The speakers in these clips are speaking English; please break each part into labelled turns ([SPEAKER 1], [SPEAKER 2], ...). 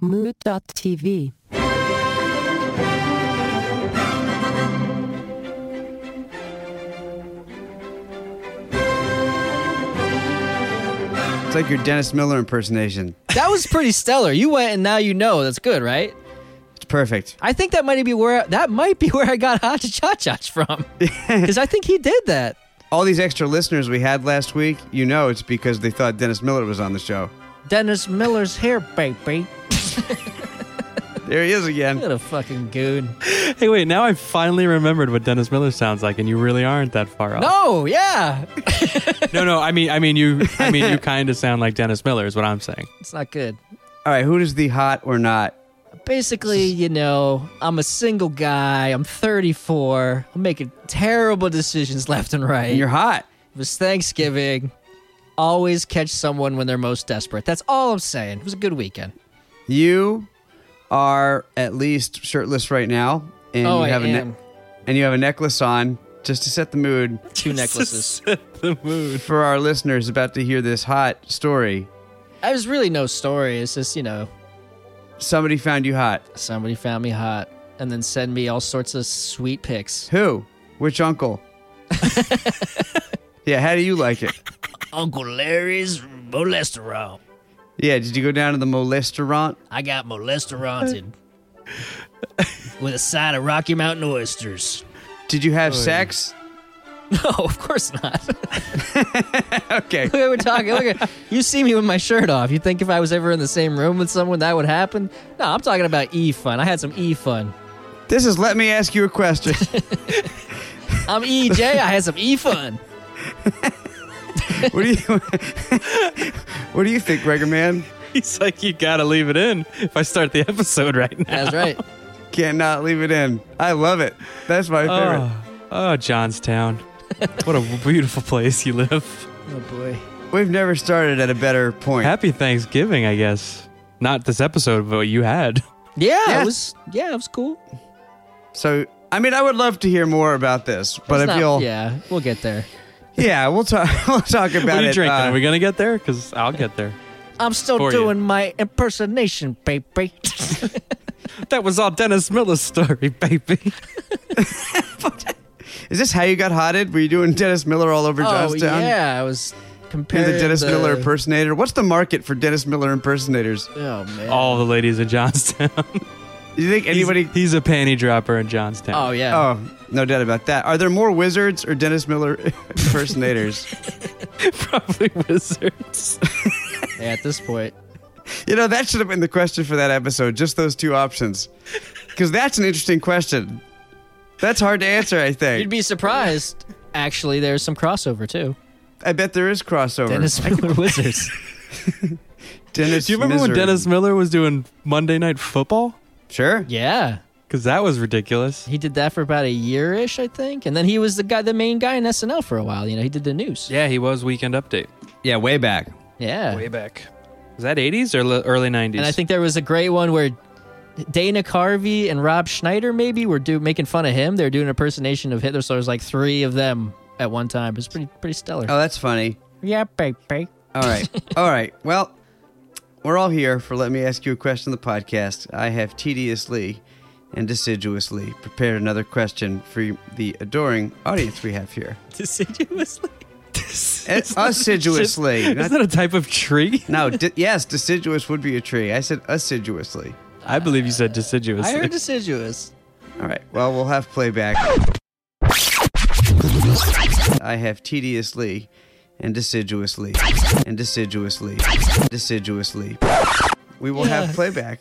[SPEAKER 1] Mood.tv.
[SPEAKER 2] It's like your Dennis Miller impersonation.
[SPEAKER 3] That was pretty stellar. You went and now you know. That's good, right?
[SPEAKER 2] It's perfect.
[SPEAKER 3] I think that might be where that might be where I got Hacha Chachach from. Because I think he did that.
[SPEAKER 2] All these extra listeners we had last week, you know, it's because they thought Dennis Miller was on the show.
[SPEAKER 3] Dennis Miller's hair, baby.
[SPEAKER 2] There he is again.
[SPEAKER 3] What a fucking goon.
[SPEAKER 4] Hey, wait, now I finally remembered what Dennis Miller sounds like, and you really aren't that far off.
[SPEAKER 3] No, yeah.
[SPEAKER 4] no, no, I mean, I mean, you, I mean, you kind of sound like Dennis Miller, is what I'm saying.
[SPEAKER 3] It's not good.
[SPEAKER 2] All right, who does the hot or not?
[SPEAKER 3] Basically, you know, I'm a single guy. I'm 34. I'm making terrible decisions left and right.
[SPEAKER 2] And you're hot.
[SPEAKER 3] It was Thanksgiving. Always catch someone when they're most desperate. That's all I'm saying. It was a good weekend.
[SPEAKER 2] You are at least shirtless right now, and
[SPEAKER 3] Oh,
[SPEAKER 2] you
[SPEAKER 3] I
[SPEAKER 2] have a ne-
[SPEAKER 3] am.
[SPEAKER 2] and you have a necklace on just to set the mood
[SPEAKER 3] Two necklaces.
[SPEAKER 4] Set the mood.
[SPEAKER 2] for our listeners about to hear this hot story.
[SPEAKER 3] I was really no story. It's just, you know,
[SPEAKER 2] Somebody found you hot.
[SPEAKER 3] somebody found me hot and then send me all sorts of sweet pics.
[SPEAKER 2] Who? Which uncle? yeah, how do you like it?
[SPEAKER 3] Uncle Larry's molesterol.
[SPEAKER 2] Yeah, did you go down to the molestaurant?
[SPEAKER 3] I got molesteranted with a side of Rocky Mountain oysters.
[SPEAKER 2] Did you have
[SPEAKER 4] Oh,
[SPEAKER 2] sex?
[SPEAKER 3] No, of course not.
[SPEAKER 2] Okay.
[SPEAKER 3] we were talking. Look, at- you see me with my shirt off. You think if I was ever in the same room with someone that would happen? No, I'm talking about e fun. I had some e fun.
[SPEAKER 2] This is let me ask you a question.
[SPEAKER 3] I'm EJ. I had some e fun.
[SPEAKER 2] what do you What do you think, Gregor man?
[SPEAKER 4] He's like, you gotta leave it in if I start the episode right now.
[SPEAKER 3] That's right.
[SPEAKER 2] Cannot leave it in. I love it. That's my favorite.
[SPEAKER 4] Oh, oh, Johnstown. what a beautiful place you live.
[SPEAKER 3] Oh boy.
[SPEAKER 2] We've never started at a better point.
[SPEAKER 4] Happy Thanksgiving, I guess. Not this episode, but what you had.
[SPEAKER 3] Yeah,
[SPEAKER 2] Yes.
[SPEAKER 3] it was. Yeah, it was cool.
[SPEAKER 2] So, I mean, I would love to hear more about this, but
[SPEAKER 3] It's
[SPEAKER 2] if
[SPEAKER 3] not-
[SPEAKER 2] you'll, yeah,
[SPEAKER 3] yeah, we'll get there.
[SPEAKER 2] we'll talk. We'll talk about
[SPEAKER 4] What are you
[SPEAKER 2] it.
[SPEAKER 4] drinking?
[SPEAKER 2] uh,
[SPEAKER 4] are we gonna get there? Because I'll get there.
[SPEAKER 3] I'm still
[SPEAKER 4] For you.
[SPEAKER 3] doing my impersonation, baby.
[SPEAKER 4] That was all Dennis Miller's story, baby.
[SPEAKER 2] is this how you got hotted? Were you doing Dennis Miller all over
[SPEAKER 3] oh
[SPEAKER 2] Johnstown?
[SPEAKER 3] yeah, I was
[SPEAKER 2] You're
[SPEAKER 3] comparing
[SPEAKER 2] the Dennis
[SPEAKER 3] the-
[SPEAKER 2] Miller impersonator. What's the market for Dennis Miller impersonators?
[SPEAKER 3] Oh man.
[SPEAKER 4] all the ladies in Johnstown.
[SPEAKER 2] Do you think anybody?
[SPEAKER 4] He's, he's a panty dropper in Johnstown.
[SPEAKER 3] Oh yeah.
[SPEAKER 2] oh, no doubt about that. Are there more wizards or Dennis Miller impersonators?
[SPEAKER 4] probably wizards.
[SPEAKER 3] Yeah, at this point.
[SPEAKER 2] you know, that should have been the question for that episode. Just those two options, because that's an interesting question. That's hard to answer. I
[SPEAKER 3] You'd
[SPEAKER 2] think.
[SPEAKER 3] be surprised. Actually, there's some crossover too.
[SPEAKER 2] I bet there is crossover.
[SPEAKER 3] Dennis Miller Wizards.
[SPEAKER 2] Dennis
[SPEAKER 4] Do you remember when
[SPEAKER 2] Misery.
[SPEAKER 4] Dennis Miller was doing Monday Night Football?
[SPEAKER 2] Sure.
[SPEAKER 3] Yeah,
[SPEAKER 4] Because that was ridiculous.
[SPEAKER 3] he did that for about a year ish, I think, and then he was the guy, the main guy in SNL for a while. You know, he did the news.
[SPEAKER 4] Yeah, he was Weekend Update.
[SPEAKER 2] Yeah, way back. Oh,
[SPEAKER 3] Yeah.
[SPEAKER 4] Way back. Was that 80s or le- early 90s?
[SPEAKER 3] And I think there was a great one where Dana Carvey and Rob Schneider maybe were do making fun of him. They were doing an impersonation of Hitler, so there was like three of them at one time. It was pretty pretty stellar.
[SPEAKER 2] Oh, that's funny.
[SPEAKER 3] Yeah, baby.
[SPEAKER 2] All right. all right. Well, we're all here for Let Me Ask You a Question, the podcast. I have tediously and assiduously prepared another question for the adoring audience we have here.
[SPEAKER 3] Deciduously.
[SPEAKER 2] And Eh, assiduously.
[SPEAKER 4] Is that a type of tree?
[SPEAKER 2] no, di- yes, deciduous would be a tree. I said assiduously.
[SPEAKER 4] I believe you said deciduous.
[SPEAKER 3] I heard deciduous.
[SPEAKER 2] All right. Well, we'll have playback. I have tediously and assiduously and assiduously assiduously. We will have playback.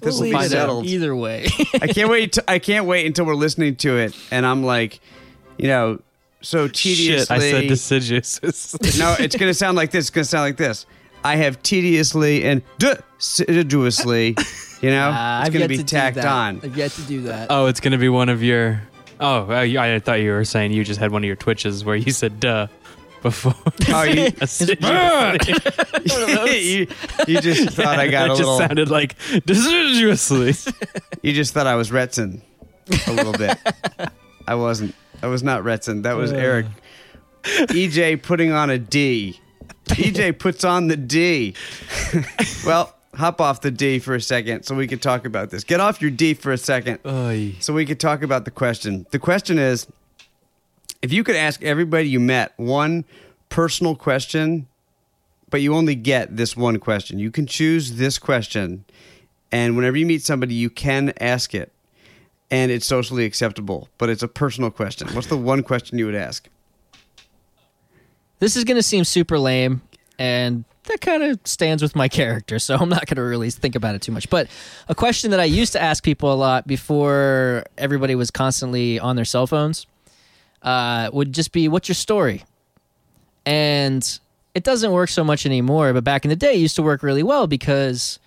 [SPEAKER 2] This will
[SPEAKER 3] We'll
[SPEAKER 2] be
[SPEAKER 3] find out
[SPEAKER 2] settled.
[SPEAKER 3] Either way.
[SPEAKER 2] I can't wait. To, I can't wait until we're listening to it, and I'm like, you know, so tediously.
[SPEAKER 4] Shit, I said deciduous.
[SPEAKER 2] no, it's gonna sound like this. It's gonna sound like this. I have tediously and assiduously. You know,
[SPEAKER 3] Uh,
[SPEAKER 2] it's
[SPEAKER 3] I've
[SPEAKER 2] gonna
[SPEAKER 3] yet
[SPEAKER 2] be
[SPEAKER 3] to do
[SPEAKER 2] tacked
[SPEAKER 3] that.
[SPEAKER 2] on.
[SPEAKER 3] I've yet to do that.
[SPEAKER 4] oh, it's going to be one of your. Oh, I, I thought you were saying you just had one of your twitches where you said duh before.
[SPEAKER 2] Oh, you,
[SPEAKER 4] Deciduously.
[SPEAKER 2] you, you just thought I got a
[SPEAKER 4] That just
[SPEAKER 2] little.
[SPEAKER 4] sounded like deciduously.
[SPEAKER 2] You just thought I was Retson a little bit. I wasn't. I was not Retson. That was Eric. E EJ putting on a D. EJ puts on the D. well, hop off the D for a second so we can talk about this. Get off your D for a second
[SPEAKER 4] Oy.
[SPEAKER 2] so we could talk about the question. The question is if you could ask everybody you met one personal question, but you only get this one question, you can choose this question. And whenever you meet somebody, you can ask it. And it's socially acceptable, but it's a personal question. What's the one question you would ask?
[SPEAKER 3] This is going to seem super lame, and that kind of stands with my character, so I'm not going to really think about it too much. But a question that I used to ask people a lot before everybody was constantly on their cell phones uh, would just be, What's your story? And it doesn't work so much anymore, but back in the day, it used to work really well because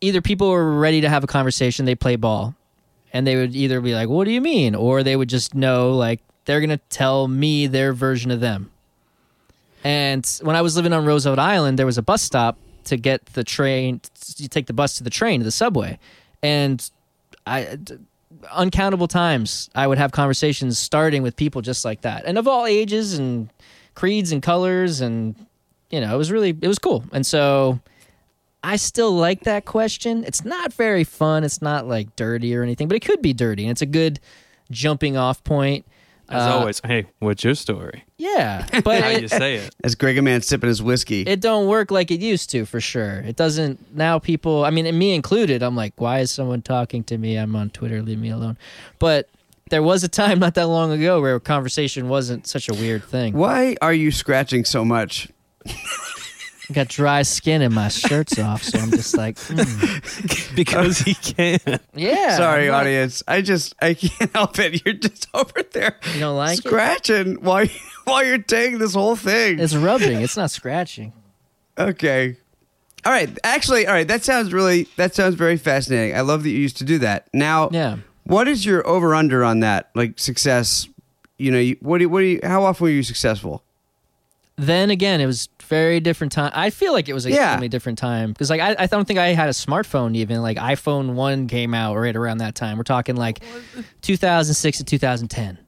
[SPEAKER 3] either people were ready to have a conversation, they play ball, and they would either be like, What do you mean? or they would just know, like, they're going to tell me their version of them. And when I was living on Roosevelt Island, there was a bus stop to get the train. You take the bus to the train to the subway, and I, d- uncountable times, I would have conversations starting with people just like that, and of all ages and creeds and colors, and you know, it was really it was cool. And so, I still like that question. It's not very fun. It's not like dirty or anything, but it could be dirty, and it's a good jumping off point.
[SPEAKER 4] As
[SPEAKER 3] Uh,
[SPEAKER 4] always, hey, what's your story?
[SPEAKER 3] yeah, but
[SPEAKER 4] How
[SPEAKER 3] it-
[SPEAKER 4] you say it?
[SPEAKER 2] As Greg a man sipping his whiskey.
[SPEAKER 3] it don't work like it used to for sure it doesn't now people i mean and me included i'm like why is someone talking to me i'm on twitter leave me alone but there was a time not that long ago where conversation wasn't such a weird thing
[SPEAKER 2] Why are you scratching so much?
[SPEAKER 3] i got dry skin and my shirt's off so i'm just like mm.
[SPEAKER 4] Because he can.
[SPEAKER 3] yeah
[SPEAKER 2] Sorry,
[SPEAKER 3] I'm not-
[SPEAKER 2] audience. I just I can't help it. You're just over there
[SPEAKER 3] you don't like it
[SPEAKER 2] scratching while while you're taking this whole thing.
[SPEAKER 3] it's rubbing it's not scratching
[SPEAKER 2] okay. All right. Actually, all right. That sounds really that sounds very fascinating. I love that you used to do that. Now,
[SPEAKER 3] Yeah.
[SPEAKER 2] What is your over under on that? Like success. You know, you, what do you, what do you, how often were you successful?
[SPEAKER 3] then again it was very different time i feel like it was an
[SPEAKER 2] Yeah.
[SPEAKER 3] extremely different time because like I, I don't think i had a smartphone even like iphone 1 came out right around that time we're talking like 2006 to 2010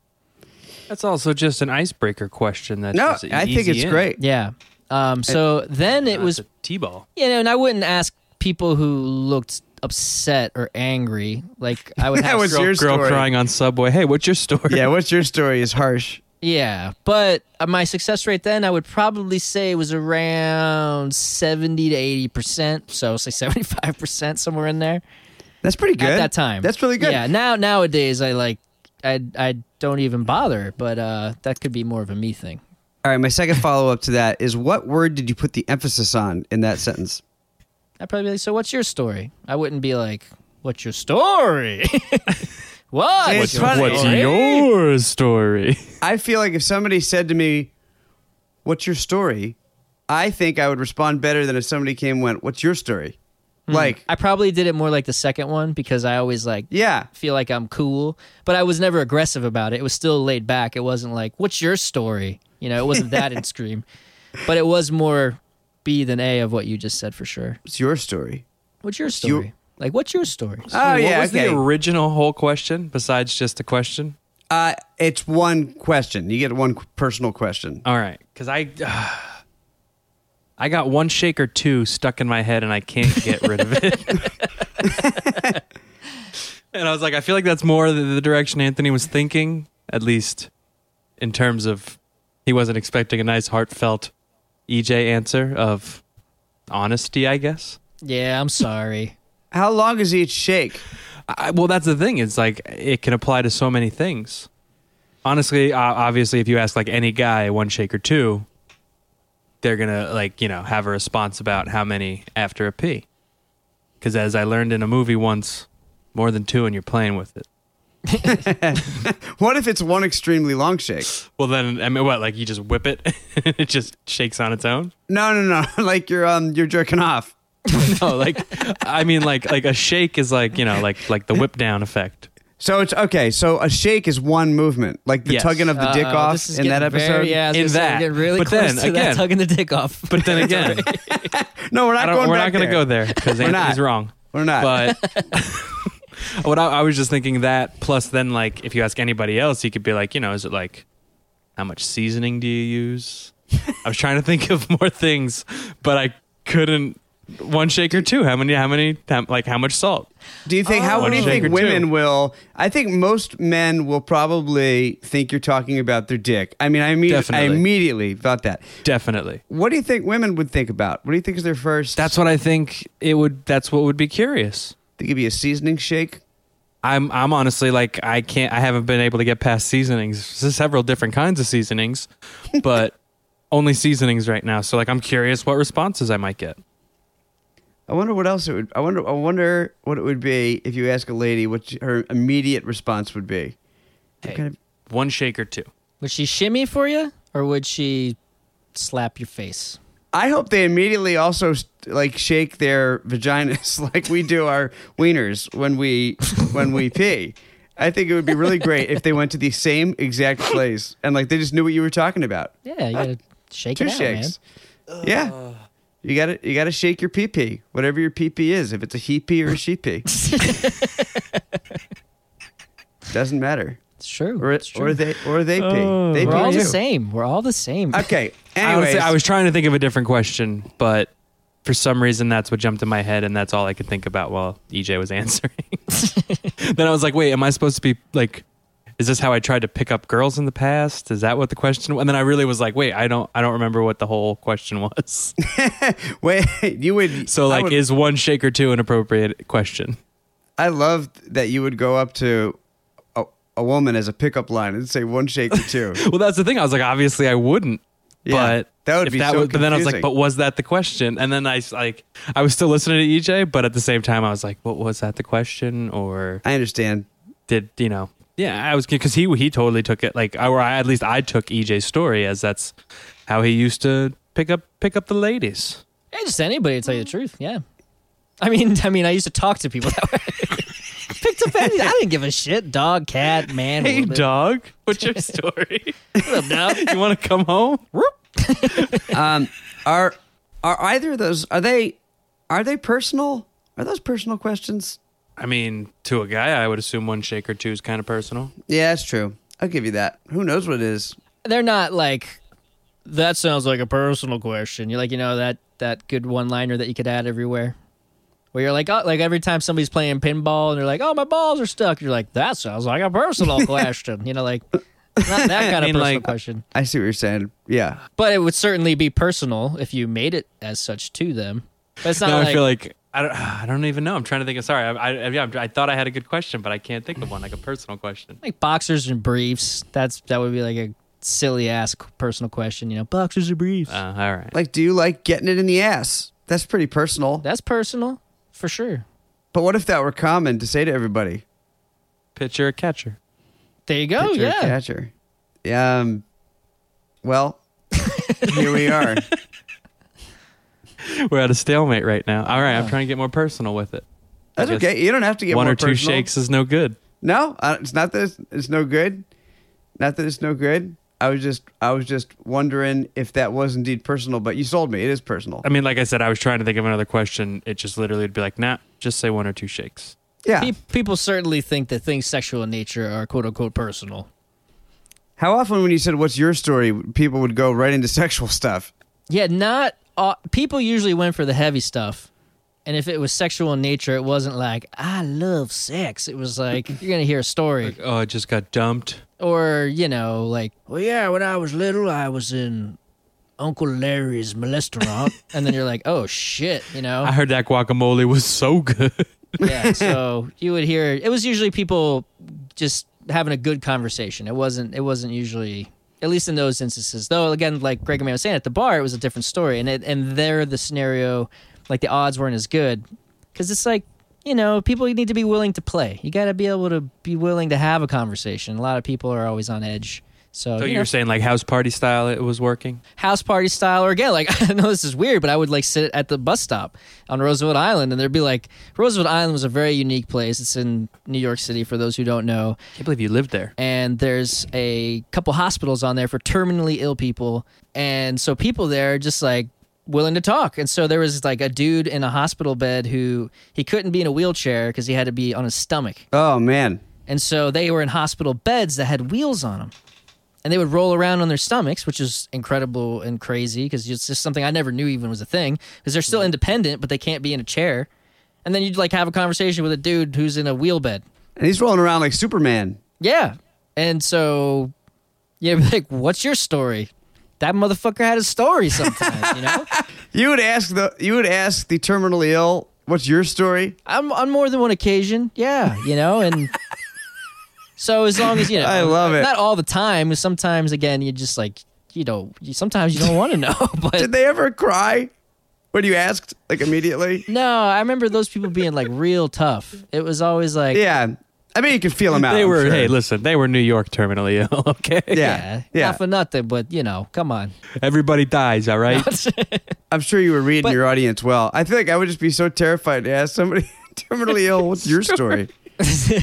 [SPEAKER 4] That's also just an icebreaker question. That's
[SPEAKER 2] No,
[SPEAKER 4] just an
[SPEAKER 2] I think
[SPEAKER 4] easy
[SPEAKER 2] it's
[SPEAKER 4] in.
[SPEAKER 2] great.
[SPEAKER 3] yeah um so then it
[SPEAKER 4] Uh,
[SPEAKER 3] was
[SPEAKER 4] it's a t-ball.
[SPEAKER 3] you know and i wouldn't ask people who looked upset or angry like i would
[SPEAKER 2] That
[SPEAKER 3] have
[SPEAKER 2] was
[SPEAKER 4] Girl,
[SPEAKER 2] your
[SPEAKER 4] girl
[SPEAKER 2] story?
[SPEAKER 4] crying on subway. Hey, what's your story?
[SPEAKER 2] Yeah. What's your story is harsh.
[SPEAKER 3] Yeah, but uh, my success rate then I would probably say was around seventy to eighty percent. So say seventy five percent somewhere in there
[SPEAKER 2] That's pretty good
[SPEAKER 3] at that time.
[SPEAKER 2] That's really good.
[SPEAKER 3] Yeah. Now nowadays I like I I don't even bother, but uh, that could be more of a me thing.
[SPEAKER 2] All right. My second follow up to that is what word did you put the emphasis on in that sentence?
[SPEAKER 3] I'd probably be like, so what's your story? I wouldn't be like, what's your story? what?
[SPEAKER 2] It's funny.
[SPEAKER 4] What's
[SPEAKER 2] Story?
[SPEAKER 4] your story?
[SPEAKER 2] I feel like if somebody said to me, "What's your story?" I think I would respond better than if somebody came and went, "What's your story?"
[SPEAKER 4] Hmm.
[SPEAKER 2] Like,
[SPEAKER 3] I probably did it more like the second one because I always like
[SPEAKER 2] yeah,
[SPEAKER 3] feel like I'm cool, but I was never aggressive about it. It was still laid back. It wasn't like, "What's your story?" You know, it wasn't that in Scream, but it was more B than A of what you just said for sure.
[SPEAKER 2] it's your story.
[SPEAKER 3] What's your story?
[SPEAKER 2] your-
[SPEAKER 3] Like, what's your story?
[SPEAKER 2] Oh yeah,
[SPEAKER 4] what was
[SPEAKER 2] okay.
[SPEAKER 4] the original whole question besides just a question?
[SPEAKER 2] uh, it's one question. You get one qu- personal question.
[SPEAKER 4] All right, because I, I got one shake or two stuck in my head, and I can't get rid of it. and I was like, I feel like that's more the, the direction Anthony was thinking, at least in terms of he wasn't expecting a nice, heartfelt EJ answer of honesty, I guess.
[SPEAKER 3] Yeah, I'm sorry.
[SPEAKER 2] How long is each shake?
[SPEAKER 4] I, well, that's the thing. It's like it can apply to so many things. Honestly, uh, obviously, if you ask like any guy one shake or two, they're gonna like you know have a response about how many after a pee. Because as I learned in a movie once, more than two, and you're playing with it.
[SPEAKER 2] What if it's one extremely long shake?
[SPEAKER 4] Well, then I mean, what? Like you just whip it, and it just shakes on its own.
[SPEAKER 2] No, no, no. like you're um, you're jerking off.
[SPEAKER 4] No, like I mean, like like a shake is like you know like like the whip down effect.
[SPEAKER 2] So it's okay. So a shake is one movement, like the
[SPEAKER 4] Yes. Uh,
[SPEAKER 2] tugging of the dick
[SPEAKER 3] Uh-oh, Uh, this
[SPEAKER 2] off
[SPEAKER 3] is
[SPEAKER 2] in that
[SPEAKER 3] getting
[SPEAKER 2] episode.
[SPEAKER 3] very- yeah, I was
[SPEAKER 4] In
[SPEAKER 3] gonna say, we're
[SPEAKER 4] that.
[SPEAKER 3] getting really
[SPEAKER 4] But
[SPEAKER 3] close to
[SPEAKER 4] then,
[SPEAKER 3] that
[SPEAKER 4] again-
[SPEAKER 3] tugging the dick off.
[SPEAKER 4] But then again,
[SPEAKER 2] No, we're
[SPEAKER 4] uh, I
[SPEAKER 2] not
[SPEAKER 4] don't,
[SPEAKER 2] going.
[SPEAKER 4] we're
[SPEAKER 2] back
[SPEAKER 4] not going to
[SPEAKER 2] there.
[SPEAKER 4] go there because
[SPEAKER 2] We're
[SPEAKER 4] Anthony's
[SPEAKER 2] not.
[SPEAKER 4] wrong.
[SPEAKER 2] We're not.
[SPEAKER 4] But what I, I was just thinking that plus then like if you ask anybody else, you could be like, you know, is it like how much seasoning do you use? I was trying to think of more things, but I couldn't one shaker too. How many? How many? How, like how much salt?
[SPEAKER 2] Do you think how
[SPEAKER 4] One
[SPEAKER 2] do you
[SPEAKER 4] shaker,
[SPEAKER 2] think women
[SPEAKER 4] too.
[SPEAKER 2] will? I think most men will probably think you're talking about their dick. I mean, I mean, I
[SPEAKER 4] Definitely.
[SPEAKER 2] immediately thought that.
[SPEAKER 4] Definitely.
[SPEAKER 2] What do you think women would think about? What do you think is their first?
[SPEAKER 4] That's what I think. It would. That's what would be curious.
[SPEAKER 2] they give you a seasoning shake.
[SPEAKER 4] I'm. I'm honestly like I can't. I haven't been able to get past seasonings. There's several different kinds of seasonings, but only seasonings right now. So like I'm curious what responses I might get.
[SPEAKER 2] I wonder what else it would. I wonder. I wonder what it would be if you ask a lady what her immediate response would be.
[SPEAKER 3] Hey,
[SPEAKER 2] Kind of-
[SPEAKER 4] One shaker too.
[SPEAKER 3] would she shimmy for you or would she slap your face?
[SPEAKER 2] I hope they immediately also like shake their vaginas like we do our wieners when we when we pee. I think it would be really great if they went to the same exact place and like they just knew what you were talking about.
[SPEAKER 3] Yeah, you gotta shake
[SPEAKER 2] Two
[SPEAKER 3] it out,
[SPEAKER 2] shakes. Yeah. You gotta you gotta shake your pee pee, whatever your pee pee is, if it's a he pee or a she pee. Doesn't matter.
[SPEAKER 3] man. It's true.
[SPEAKER 2] Or,
[SPEAKER 3] it's true.
[SPEAKER 2] or they or they pee.
[SPEAKER 4] Oh.
[SPEAKER 2] They
[SPEAKER 3] We're
[SPEAKER 2] pee
[SPEAKER 3] all the
[SPEAKER 2] too.
[SPEAKER 3] same. We're all the same.
[SPEAKER 2] Okay.
[SPEAKER 4] I
[SPEAKER 2] Anyways,
[SPEAKER 4] honestly, I was trying to think of a different question, but for some reason that's what jumped in my head, and that's all I could think about while EJ was answering. then I was like, wait, am I supposed to be like? Is this how I tried to pick up girls in the past? Is that what the question? And then I really was like, wait, I don't, I don't remember what the whole question was.
[SPEAKER 2] wait, you would
[SPEAKER 4] So
[SPEAKER 2] I
[SPEAKER 4] like,
[SPEAKER 2] would-
[SPEAKER 4] is one shake or two an appropriate question?
[SPEAKER 2] I loved that you would go up to a, a woman as a pickup line and say one shake or two.
[SPEAKER 4] Well, that's the thing. I was like, obviously, I wouldn't.
[SPEAKER 2] Yeah,
[SPEAKER 4] but
[SPEAKER 2] that would
[SPEAKER 4] if
[SPEAKER 2] be so
[SPEAKER 4] was- But then I was like,
[SPEAKER 2] confusing.
[SPEAKER 4] but was that the question? And then I s- like, I was still listening to EJ, but at the same time, I was like, what was that the question? Or
[SPEAKER 2] I understand.
[SPEAKER 4] did you know? Yeah, I was because he he totally took it like, or I, at least I took EJ's story as that's how he used to pick up pick up the ladies.
[SPEAKER 3] Yeah, just anybody to tell you the truth. Yeah. I mean, I mean, I used to talk to people that way. Picked up any, I didn't give a shit. Dog, cat, man.
[SPEAKER 4] Hey,
[SPEAKER 3] woman.
[SPEAKER 4] dog, what's your story?
[SPEAKER 3] What up, dog?
[SPEAKER 4] you want to come home?
[SPEAKER 2] Um, are are either of those are they are they personal? Are those personal questions?
[SPEAKER 4] I mean, to a guy, I would assume one shake or two is kind of personal.
[SPEAKER 2] Yeah, that's true. I'll give you that. Who knows what it is?
[SPEAKER 3] They're not like. That sounds like a personal question. You're like, you know, that that good one liner that you could add everywhere. Where you're like, oh, like every time somebody's playing pinball and they're like, oh, my balls are stuck. You're like, that sounds like a personal question. You know, like not that kind of
[SPEAKER 4] mean,
[SPEAKER 3] personal
[SPEAKER 4] like-
[SPEAKER 3] question.
[SPEAKER 2] I see what you're saying. Yeah.
[SPEAKER 3] But it would certainly be personal if you made it as such to them. But it's not
[SPEAKER 4] now
[SPEAKER 3] like,
[SPEAKER 4] I feel like I don't. I don't even know. I'm trying to think of. Sorry, I, I, yeah, I'm- I thought I had a good question, but I can't think of one like a personal question.
[SPEAKER 3] like boxers and briefs. That's that would be like a silly ass personal question. You know, boxers or briefs.
[SPEAKER 4] Uh, all right.
[SPEAKER 2] Like, do you like getting it in the ass? That's pretty personal.
[SPEAKER 3] That's personal for sure.
[SPEAKER 2] but what if that were common to say to everybody?
[SPEAKER 4] Pitcher, catcher.
[SPEAKER 3] There you go.
[SPEAKER 2] Pitcher,
[SPEAKER 3] yeah.
[SPEAKER 2] Catcher. Um, well, here we are.
[SPEAKER 4] We're at a stalemate right now. All right, I'm trying to get more personal with it.
[SPEAKER 2] That's
[SPEAKER 4] I guess
[SPEAKER 2] okay. You don't have to get
[SPEAKER 4] One
[SPEAKER 2] more
[SPEAKER 4] or two
[SPEAKER 2] personal.
[SPEAKER 4] shakes is no good.
[SPEAKER 2] No, uh, it's not that it's, it's no good. Not that it's no good. I was just, I was just wondering if that was indeed personal. But you sold me. It is personal.
[SPEAKER 4] I mean, like I said, I was trying to think of another question. It just literally would be like, nah, just say one or two shakes.
[SPEAKER 2] Yeah.
[SPEAKER 3] Pe- people certainly think that things sexual in nature are quote unquote personal.
[SPEAKER 2] How often, when you said "What's your story," people would go right into sexual stuff.
[SPEAKER 3] Yeah, not uh, people usually went for the heavy stuff. And if it was sexual in nature, it wasn't like I love sex. It was like you're gonna hear a story.
[SPEAKER 4] Oh, I just got dumped.
[SPEAKER 3] or you know, like, well, yeah, when I was little, I was in Uncle Larry's restaurant, and then you're like, oh shit, you know,
[SPEAKER 4] I heard that guacamole was so good.
[SPEAKER 3] yeah. So you would hear it was usually people just having a good conversation. It wasn't. It wasn't usually. At least in those instances, though, again, like Greg and May was saying, at the bar it was a different story, and it, and there the scenario, like the odds weren't as good, because it's like you know people need to be willing to play. You got to be able to be willing to have a conversation. A lot of people are always on edge, so,
[SPEAKER 4] so
[SPEAKER 3] you
[SPEAKER 4] you
[SPEAKER 3] know.
[SPEAKER 4] were saying like house party style, it was working.
[SPEAKER 3] house party style or again like i know this is weird but i would like sit at the bus stop on roosevelt island and there'd be like roosevelt island was a very unique place it's in new york city for those who don't know
[SPEAKER 4] Can't believe you lived there.
[SPEAKER 3] and there's a couple hospitals on there for terminally ill people and so people there are just like willing to talk and so there was like a dude in a hospital bed who he couldn't be in a wheelchair because he had to be on his stomach
[SPEAKER 2] Oh man,
[SPEAKER 3] and so they were in hospital beds that had wheels on them. and they would roll around on their stomachs, which is incredible and crazy because it's just something I never knew even was a thing because they're still independent, but they can't be in a chair. And then you'd like have a conversation with a dude who's in a wheel bed.
[SPEAKER 2] And he's rolling around like Superman.
[SPEAKER 3] Yeah. And so, yeah, like, what's your story? That motherfucker had a story sometimes, you know?
[SPEAKER 2] You would ask the you would ask the terminally ill, "What's your story?"
[SPEAKER 3] I'm on more than one occasion. Yeah, you know, and so as long as you know,
[SPEAKER 2] I love it.
[SPEAKER 3] Not all the time. 'cause Sometimes, again, you just like you know, you, sometimes you don't want to know. But
[SPEAKER 2] Did they ever cry when you asked like immediately?
[SPEAKER 3] no, I remember those people being like real tough. It was always like,
[SPEAKER 2] Yeah, I mean you could feel them out.
[SPEAKER 4] They
[SPEAKER 2] I'm
[SPEAKER 4] were
[SPEAKER 2] sure.
[SPEAKER 4] hey, listen, they were New York terminally ill. Okay,
[SPEAKER 2] yeah,
[SPEAKER 3] yeah, not for nothing, but you know, come on.
[SPEAKER 4] everybody dies. All right,
[SPEAKER 3] Oh,
[SPEAKER 2] I'm sure you were reading
[SPEAKER 3] But-
[SPEAKER 2] your audience well. I feel like I would just be so terrified to ask somebody terminally ill, "What's your story?"
[SPEAKER 4] no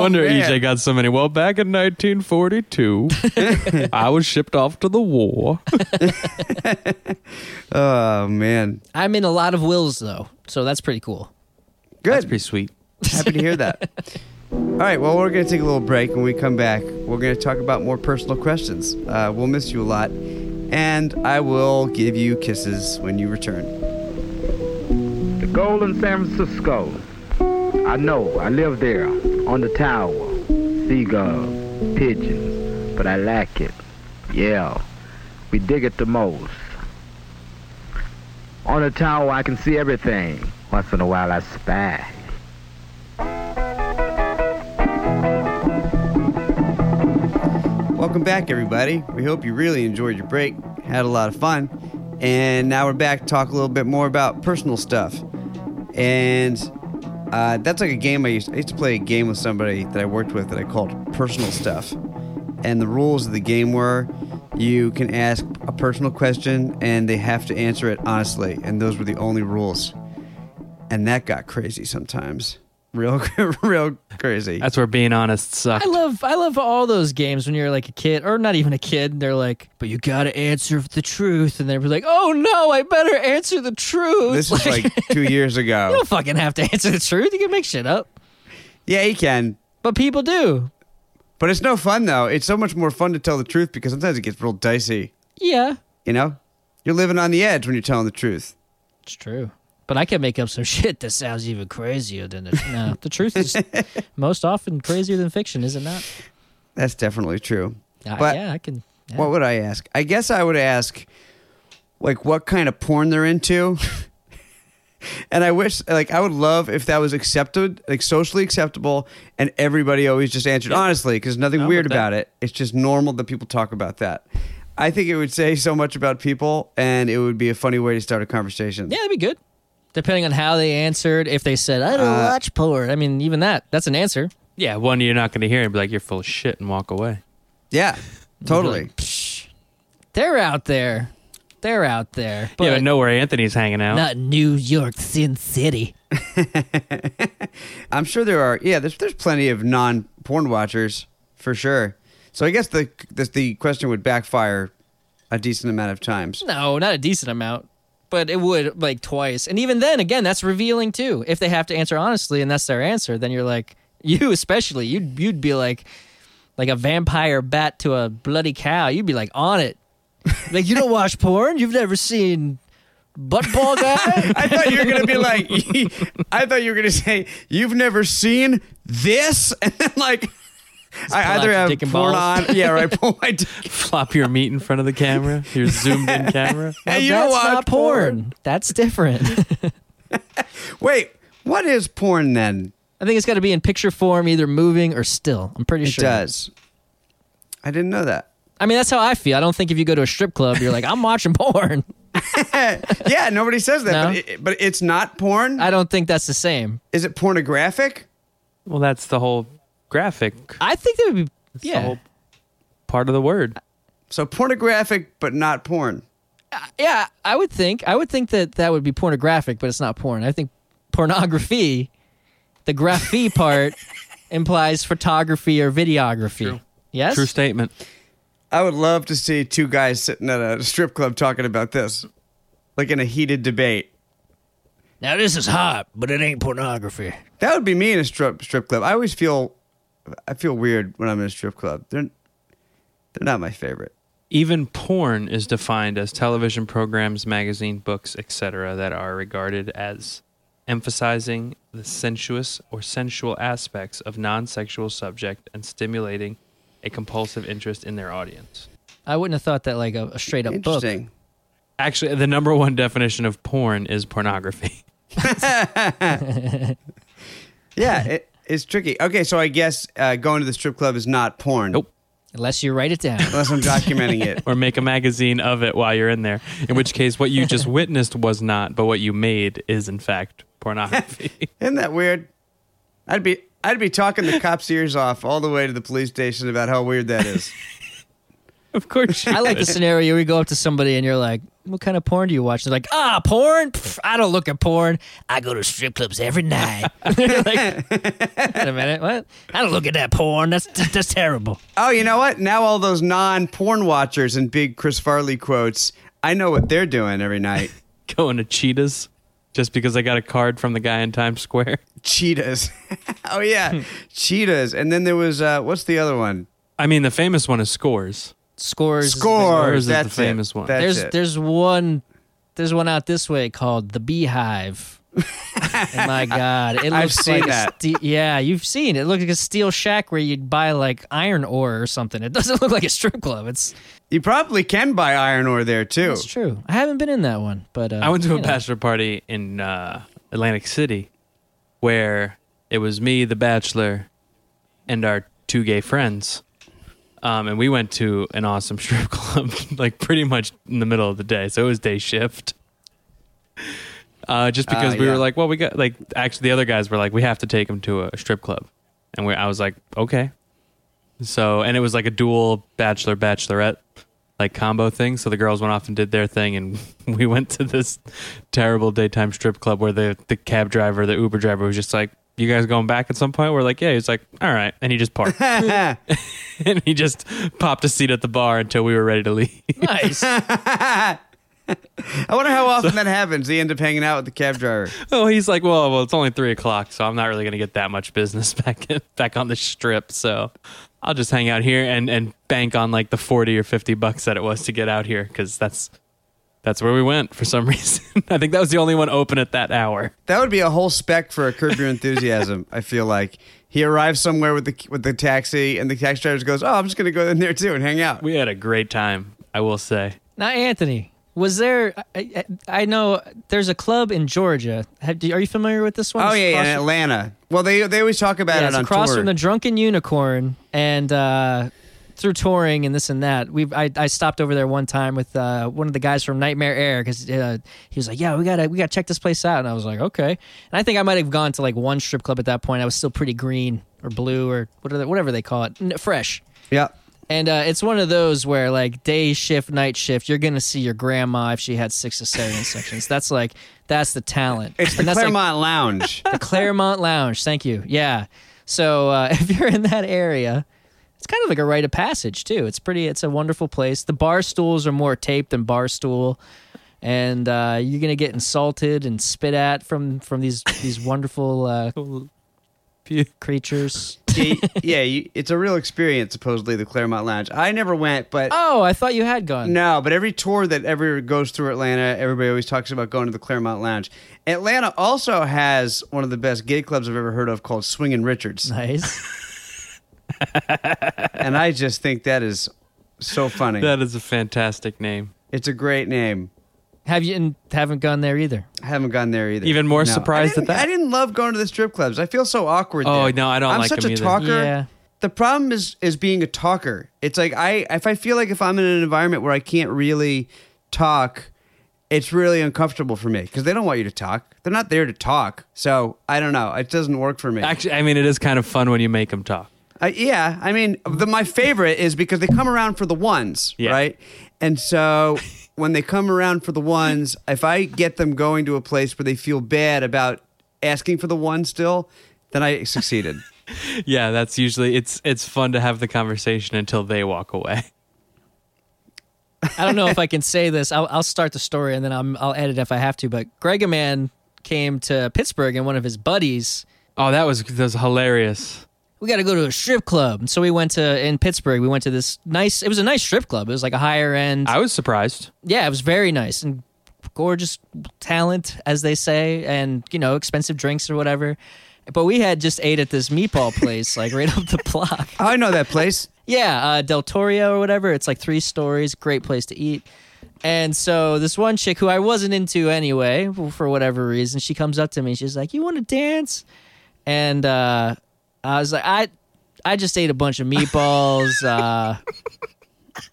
[SPEAKER 4] wonder
[SPEAKER 2] man.
[SPEAKER 4] EJ got so many. Well, back in 1942, I was shipped off to the war.
[SPEAKER 2] Oh man,
[SPEAKER 3] I'm in a lot of wills though, so that's pretty cool.
[SPEAKER 4] That's
[SPEAKER 2] good.
[SPEAKER 4] pretty sweet.
[SPEAKER 2] Happy to hear that. All right, well, we're going to take a little break. When we come back, we're going to talk about more personal questions. Uh, we'll miss you a lot, and I will give you kisses when you return.
[SPEAKER 1] The goal in San Francisco. I know, I live there, on the tower. Seagulls, pigeons, but I like it. Yeah, we dig it the most. On the tower, I can see everything. Once in a while, I spy.
[SPEAKER 2] Welcome back, everybody. We hope you really enjoyed your break, had a lot of fun, and now we're back to talk a little bit more about personal stuff. And uh, that's like a game I used, I used to play a game with somebody that I worked with that I called personal stuff. And the rules of the game were you can ask a personal question and they have to answer it honestly. And those were the only rules. And that got crazy sometimes. Real, real crazy.
[SPEAKER 4] That's where being honest sucks.
[SPEAKER 3] I love I love all those games when you're like a kid or not even a kid. and They're like, but you gotta answer the truth, and they're like, oh no, I better answer the truth.
[SPEAKER 2] This is like two years ago.
[SPEAKER 3] you don't fucking have to answer the truth. You can make shit up,
[SPEAKER 2] Yeah, you can.
[SPEAKER 3] but people do.
[SPEAKER 2] But it's no fun though. It's so much more fun to tell the truth because sometimes it gets real dicey.
[SPEAKER 3] Yeah,
[SPEAKER 2] You know, you're living on the edge when you're telling the truth.
[SPEAKER 3] it's true. But I can make up some shit that sounds even crazier than the no. The truth is most often crazier than fiction, is it not?
[SPEAKER 2] That's definitely true.
[SPEAKER 3] Uh,
[SPEAKER 2] But-
[SPEAKER 3] yeah, I can. yeah.
[SPEAKER 2] What would I ask? I guess I would ask, like, what kind of porn they're into. and I wish, like, I would love if that was accepted, like, socially acceptable, and everybody always just answered honestly because nothing
[SPEAKER 4] I'm
[SPEAKER 2] weird
[SPEAKER 4] with that.
[SPEAKER 2] about it. It's just normal that people talk about that. I think it would say so much about people, and it would be a funny way to start a conversation.
[SPEAKER 3] Yeah, that'd be good. Depending on how they answered, if they said, I don't
[SPEAKER 2] Uh,
[SPEAKER 3] watch porn. I mean, even that, that's an answer.
[SPEAKER 4] yeah, one you're not going to hear and be like, "You're full of shit," and walk away.
[SPEAKER 2] yeah totally.
[SPEAKER 3] Psh, they're out there. They're out there. But
[SPEAKER 4] yeah, but know where Anthony's hanging out.
[SPEAKER 3] not New York, Sin City.
[SPEAKER 2] I'm sure there are. Yeah, there's there's plenty of non porn watchers for sure. So I guess the the, the question would backfire a decent amount of times.
[SPEAKER 3] No, not a decent amount, but it would like twice. And even then, again, that's revealing too. If they have to answer honestly and that's their answer, then you're like, you especially, you'd, you'd be like, like a vampire bat to a bloody cow. You'd be like, on it. like, you don't watch porn? You've never seen Buttball Guy?
[SPEAKER 2] I thought you were gonna be like, I thought you were gonna say you've never seen this, and then like.
[SPEAKER 3] pull
[SPEAKER 2] I
[SPEAKER 3] out
[SPEAKER 2] either
[SPEAKER 3] your
[SPEAKER 2] have
[SPEAKER 3] dick and
[SPEAKER 2] porn
[SPEAKER 3] balls.
[SPEAKER 2] on, yeah, or I pull my dick.
[SPEAKER 4] Flop your meat in front of the camera. Your zoomed in camera.
[SPEAKER 2] Hey, you don't
[SPEAKER 3] that's
[SPEAKER 2] watch
[SPEAKER 3] not porn. That's different.
[SPEAKER 2] Wait, what is porn then?
[SPEAKER 3] I think it's got to be in picture form, either moving or still. I'm pretty
[SPEAKER 2] It
[SPEAKER 3] sure.
[SPEAKER 2] does. I didn't know that.
[SPEAKER 3] I mean, that's how I feel. I don't think if you go to a strip club, you're like, I'm watching porn.
[SPEAKER 2] Yeah, nobody says that,
[SPEAKER 3] No.
[SPEAKER 2] but, it, but it's not porn.
[SPEAKER 3] I don't think that's the same.
[SPEAKER 2] is it pornographic?
[SPEAKER 4] Well, that's the whole graphic.
[SPEAKER 3] I think that would be
[SPEAKER 4] It's
[SPEAKER 3] yeah,
[SPEAKER 4] The whole part of the word.
[SPEAKER 2] So pornographic, but not porn.
[SPEAKER 3] Uh, yeah. I would think I would think that that would be pornographic, but it's not porn. I think pornography, the graphy part, implies photography or videography. Yes,
[SPEAKER 4] True statement.
[SPEAKER 2] I would love to see two guys sitting at a strip club talking about this, like in a heated debate.
[SPEAKER 3] Now this is hot, but it ain't pornography.
[SPEAKER 2] That would be me in a strip strip club. I always feel, I feel weird when I'm in a strip club. They're, They're not my favorite.
[SPEAKER 4] Even porn is defined as television programs, magazine, books, etc., that are regarded as emphasizing the sensuous or sensual aspects of non-sexual subject and stimulating a compulsive interest in their audience.
[SPEAKER 3] I wouldn't have thought that like a, a straight up book.
[SPEAKER 2] Interesting.
[SPEAKER 4] Actually, the number one definition of porn is pornography.
[SPEAKER 2] Yeah, it, it's tricky. Okay, so I guess uh, going to the strip club is not porn.
[SPEAKER 4] Nope.
[SPEAKER 3] Unless you write it down.
[SPEAKER 2] Unless I'm documenting it.
[SPEAKER 4] or make a magazine of it while you're in there. In which case, what you just witnessed was not, but what you made is in fact pornography.
[SPEAKER 2] Isn't that weird? I'd be I'd be talking the cops' ears off all the way to the police station about how weird that is.
[SPEAKER 4] of course, you
[SPEAKER 3] I like the
[SPEAKER 4] would.
[SPEAKER 3] scenario where you go up to somebody and you're like, "What kind of porn do you watch?" They're like, "Ah, porn. Pff, I don't look at porn. I go to strip clubs every night." You're like, wait a minute, what? I don't look at that porn. That's that's terrible.
[SPEAKER 2] oh, you know what? Now all those non-porn watchers and big Chris Farley quotes, I know what they're doing every night.
[SPEAKER 4] going to Cheetahs just because I got a card from the guy in Times Square.
[SPEAKER 2] Cheetahs. oh yeah, cheetahs. And then there was uh, what's the other one?
[SPEAKER 4] I mean, the famous one is Scores.
[SPEAKER 3] Scores.
[SPEAKER 2] Scores.
[SPEAKER 4] is the
[SPEAKER 2] That's it.
[SPEAKER 4] famous one.
[SPEAKER 2] That's
[SPEAKER 3] There's
[SPEAKER 2] it.
[SPEAKER 3] there's one there's one out this way called the Beehive. And my God, it looks
[SPEAKER 2] I've seen
[SPEAKER 3] like
[SPEAKER 2] that.
[SPEAKER 3] A ste- yeah, you've seen it. It looks like a steel shack where you'd buy like iron ore or something. It doesn't look like a strip club. It's
[SPEAKER 2] you probably can buy iron ore there too.
[SPEAKER 3] That's true. I haven't been in that one, but uh,
[SPEAKER 4] I went to a
[SPEAKER 3] you know.
[SPEAKER 4] bachelor party in uh, Atlantic City where it was me, the bachelor, and our two gay friends. Um, and we went to an awesome strip club, like pretty much in the middle of the day. So it was day shift. Uh, just because
[SPEAKER 2] Ah,
[SPEAKER 4] we
[SPEAKER 2] yeah.
[SPEAKER 4] were like, well, we got like actually the other guys were like, we have to take him to a strip club, and we, I was like, okay. So and it was like a dual bachelor bachelorette like combo thing. So the girls went off and did their thing, and we went to this terrible daytime strip club where the the cab driver, the Uber driver, was just like, "You guys going back at some point?" We're like, "Yeah." He's like, "All right," and he just parked, and he just popped a seat at the bar until we were ready to leave.
[SPEAKER 3] Nice.
[SPEAKER 2] I wonder how often that happens. They end up hanging out with the cab driver.
[SPEAKER 4] oh, he's like, "Well, well, it's only three o'clock, so I'm not really gonna get that much business back in, back on the strip." So. I'll just hang out here and, and bank on like the forty or fifty bucks that it was to get out here because that's that's where we went for some reason. I think that was the only one open at that hour.
[SPEAKER 2] That would be a whole spec for a Curb Your Enthusiasm. I feel like he arrives somewhere with the with the taxi, and the taxi driver goes, "Oh, I'm just gonna go in there too and hang out."
[SPEAKER 4] We had a great time, I will say.
[SPEAKER 3] now, Anthony, was there? I, I, I know there's a club in Georgia. Have, do- are you familiar with this one?
[SPEAKER 2] oh
[SPEAKER 3] It's
[SPEAKER 2] yeah,
[SPEAKER 3] across
[SPEAKER 2] in
[SPEAKER 3] from-
[SPEAKER 2] Atlanta. Well, they they always talk about
[SPEAKER 3] yeah,
[SPEAKER 2] it
[SPEAKER 3] it's
[SPEAKER 2] on
[SPEAKER 3] across
[SPEAKER 2] tour.
[SPEAKER 3] from the Drunken Unicorn, and uh, through touring and this and that, we I, I stopped over there one time with uh, one of the guys from Nightmare Air because uh, he was like, "Yeah, we gotta we gotta check this place out," and I was like, "Okay." And I think I might have gone to like one strip club at that point. I was still pretty green or blue or whatever whatever they call it, N- fresh.
[SPEAKER 2] yeah.
[SPEAKER 3] And uh, it's one of those where like day shift, night shift, you're gonna see your grandma if she had six cesarean sections. That's like that's the talent.
[SPEAKER 2] It's the
[SPEAKER 3] and that's like,
[SPEAKER 2] Claremont Lounge.
[SPEAKER 3] the Claremont Lounge. Thank you. Yeah. So uh, if you're in that area, it's kind of like a rite of passage too. It's pretty. It's a wonderful place. The bar stools are more taped than bar stool, and uh, you're gonna get insulted and spit at from from these these wonderful uh, creatures.
[SPEAKER 2] yeah, yeah, you, it's a real experience. Supposedly, the Claremont Lounge. I never went, but
[SPEAKER 3] Oh, I thought you had gone.
[SPEAKER 2] No, but every tour that ever goes through Atlanta, everybody always talks about going to the Claremont Lounge. Atlanta also has one of the best gay clubs I've ever heard of called Swingin' Richards.
[SPEAKER 3] Nice.
[SPEAKER 2] and I just think that is so funny.
[SPEAKER 4] That is a fantastic name.
[SPEAKER 2] it's a great name.
[SPEAKER 3] Have you and haven't gone there either?
[SPEAKER 2] I haven't gone there either.
[SPEAKER 4] Even more
[SPEAKER 2] I
[SPEAKER 4] surprised
[SPEAKER 2] didn't-
[SPEAKER 4] at that.
[SPEAKER 2] I didn't love going to the strip clubs. I feel so awkward.
[SPEAKER 4] Oh,
[SPEAKER 2] there.
[SPEAKER 4] no, I don't
[SPEAKER 2] I'm
[SPEAKER 4] like
[SPEAKER 2] such
[SPEAKER 4] them
[SPEAKER 2] a
[SPEAKER 4] either.
[SPEAKER 2] talker.
[SPEAKER 3] Yeah.
[SPEAKER 2] The problem is is being a talker. It's like I if I feel like if I'm in an environment where I can't really talk, it's really uncomfortable for me because they don't want you to talk. They're not there to talk. So I don't know. It doesn't work for me.
[SPEAKER 4] Actually, I mean, it is kind of fun when you make them talk.
[SPEAKER 2] Uh, yeah, I mean, the, my favorite is because they come around for the ones,
[SPEAKER 4] Yeah.
[SPEAKER 2] right? And so when they come around for the ones, if I get them going to a place where they feel bad about asking for the one still, then I succeeded.
[SPEAKER 4] Yeah, that's usually it's it's fun to have the conversation until they walk away.
[SPEAKER 3] I don't know if I can say this. I'll, I'll start the story and then I'm, I'll edit if I have to. But Gregaman came to Pittsburgh and one of his buddies
[SPEAKER 4] Oh, that was that was hilarious.
[SPEAKER 3] we got to go to a strip club. And so we went to in Pittsburgh. We went to this nice. It was a nice strip club. It was like a higher end.
[SPEAKER 4] I was surprised.
[SPEAKER 3] yeah, it was very nice and gorgeous talent, as they say, and you know, expensive drinks or whatever. But we had just ate at this meatball place, like right up the block.
[SPEAKER 2] Oh, I know that place.
[SPEAKER 3] Yeah, uh, Del Torrio or whatever. It's like three stories. Great place to eat. And so this one chick who I wasn't into anyway, for whatever reason, she comes up to me. She's like, "You want to dance?" And uh, I was like, "I, I just ate a bunch of meatballs. Uh,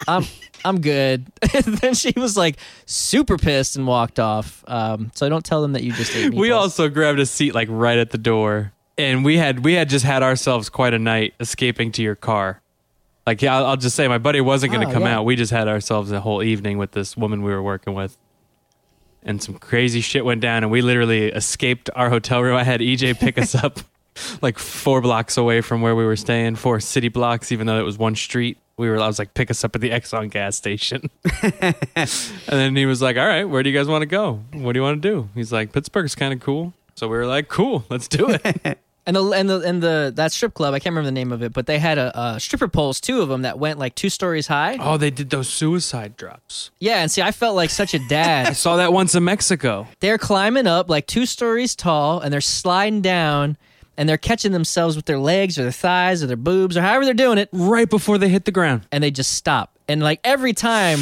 [SPEAKER 3] I'm, I'm good." and then she was like, super pissed and walked off. Um, so don't tell them that you just ate. Meatballs.
[SPEAKER 4] We also grabbed a seat like right at the door, and we had we had just had ourselves quite a night escaping to your car. Like yeah, I'll, I'll just say my buddy wasn't going to
[SPEAKER 3] Oh,
[SPEAKER 4] come
[SPEAKER 3] yeah.
[SPEAKER 4] out. We just had ourselves a whole evening with this woman we were working with, and some crazy shit went down, and we literally escaped our hotel room. I had EJ pick us up like four blocks away from where we were staying, four city blocks, even though it was one street. We were, I was like, pick us up at the Exxon gas station. And then he was like, "All right, where do you guys want to go? What do you want to do?" He's like, "Pittsburgh's kind of cool." So we were like, "Cool, let's do it."
[SPEAKER 3] And the and the and the that strip club, I can't remember the name of it, but they had a, a stripper poles, two of them that went like two stories high.
[SPEAKER 4] oh, they did those suicide drops.
[SPEAKER 3] Yeah, and see, I felt like such a
[SPEAKER 4] I
[SPEAKER 3] dad.
[SPEAKER 4] saw that once in Mexico.
[SPEAKER 3] they're climbing up like two stories tall, and they're sliding down, and they're catching themselves with their legs or their thighs or their boobs or however they're doing it,
[SPEAKER 4] Right before they hit the ground.
[SPEAKER 3] and they just stop. And like every time,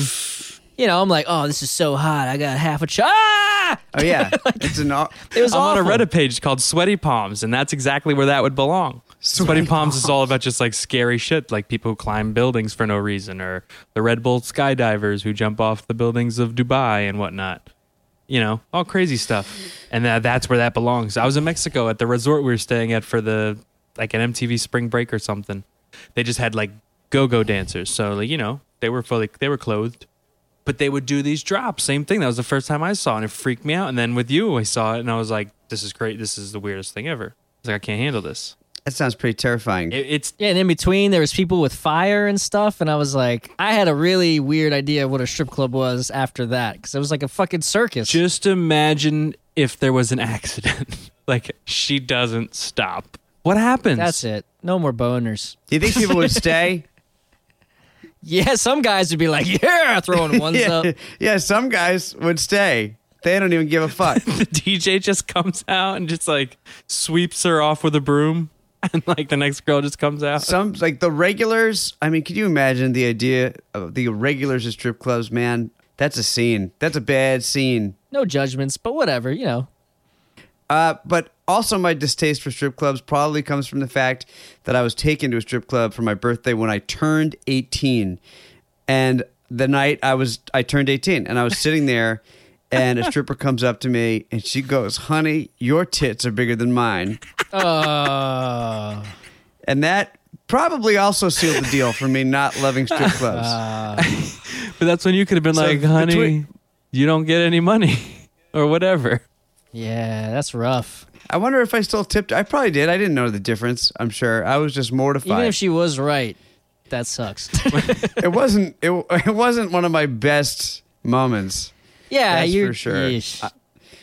[SPEAKER 3] you know, I'm like, oh, this is so hot. I got half a ch- ah!
[SPEAKER 2] Oh yeah, it's an au-
[SPEAKER 3] It was
[SPEAKER 4] I'm on a
[SPEAKER 3] awful.
[SPEAKER 4] Reddit page called Sweaty Palms, and that's exactly where that would belong. Sweaty, Palms is all about just like scary shit, like people who climb buildings for no reason, or the Red Bull skydivers who jump off the buildings of Dubai and whatnot. You know, all crazy stuff. And that, that's where that belongs. I was in Mexico at the resort we were staying at for the like an MTV spring break or something. They just had like go go dancers. So, like, you know, they were fully, they were clothed but they would do these drops. Same thing. That was the first time I saw, it, and it freaked me out. And then with you, I saw it, and I was like, "This is great. This is the weirdest thing ever." I was like, "I can't handle this."
[SPEAKER 2] that sounds pretty terrifying.
[SPEAKER 4] It, it's
[SPEAKER 3] Yeah, and in between there was people with fire and stuff, and I was like, I had a really weird idea of what a strip club was after that because it was like a fucking circus.
[SPEAKER 4] just imagine if there was an accident. like she doesn't stop. What happens?
[SPEAKER 3] That's it. No more boners.
[SPEAKER 2] Do you think people would stay?
[SPEAKER 3] Yeah, some guys would be like, yeah, throwing ones up.
[SPEAKER 2] yeah, yeah, some guys would stay. They don't even give a fuck.
[SPEAKER 4] The DJ just comes out and just like sweeps her off with a broom, and like the next girl just comes out.
[SPEAKER 2] Some like the regulars. I mean, could you imagine the idea of the regulars at strip clubs? Man, that's a scene. That's a bad scene.
[SPEAKER 3] No judgments, but whatever, you know.
[SPEAKER 2] Uh, but also, my distaste for strip clubs probably comes from the fact that I was taken to a strip club for my birthday when I turned 18, and the night I was I turned 18, and I was sitting there, and a stripper comes up to me and she goes, "Honey, your tits are bigger than mine,"
[SPEAKER 3] Uh,
[SPEAKER 2] and that probably also sealed the deal for me not loving strip clubs.
[SPEAKER 4] But that's when you could have been
[SPEAKER 2] So
[SPEAKER 4] like,
[SPEAKER 2] between-
[SPEAKER 4] "Honey, you don't get any money," or whatever.
[SPEAKER 3] yeah, that's rough.
[SPEAKER 2] I wonder if I still tipped. I probably did. I didn't know the difference. I'm sure. I was just mortified.
[SPEAKER 3] Even if she was right, that sucks.
[SPEAKER 2] it wasn't. It, it wasn't one of my best moments.
[SPEAKER 3] yeah,
[SPEAKER 2] That's
[SPEAKER 3] you
[SPEAKER 2] for sure.
[SPEAKER 3] yeesh.
[SPEAKER 2] I-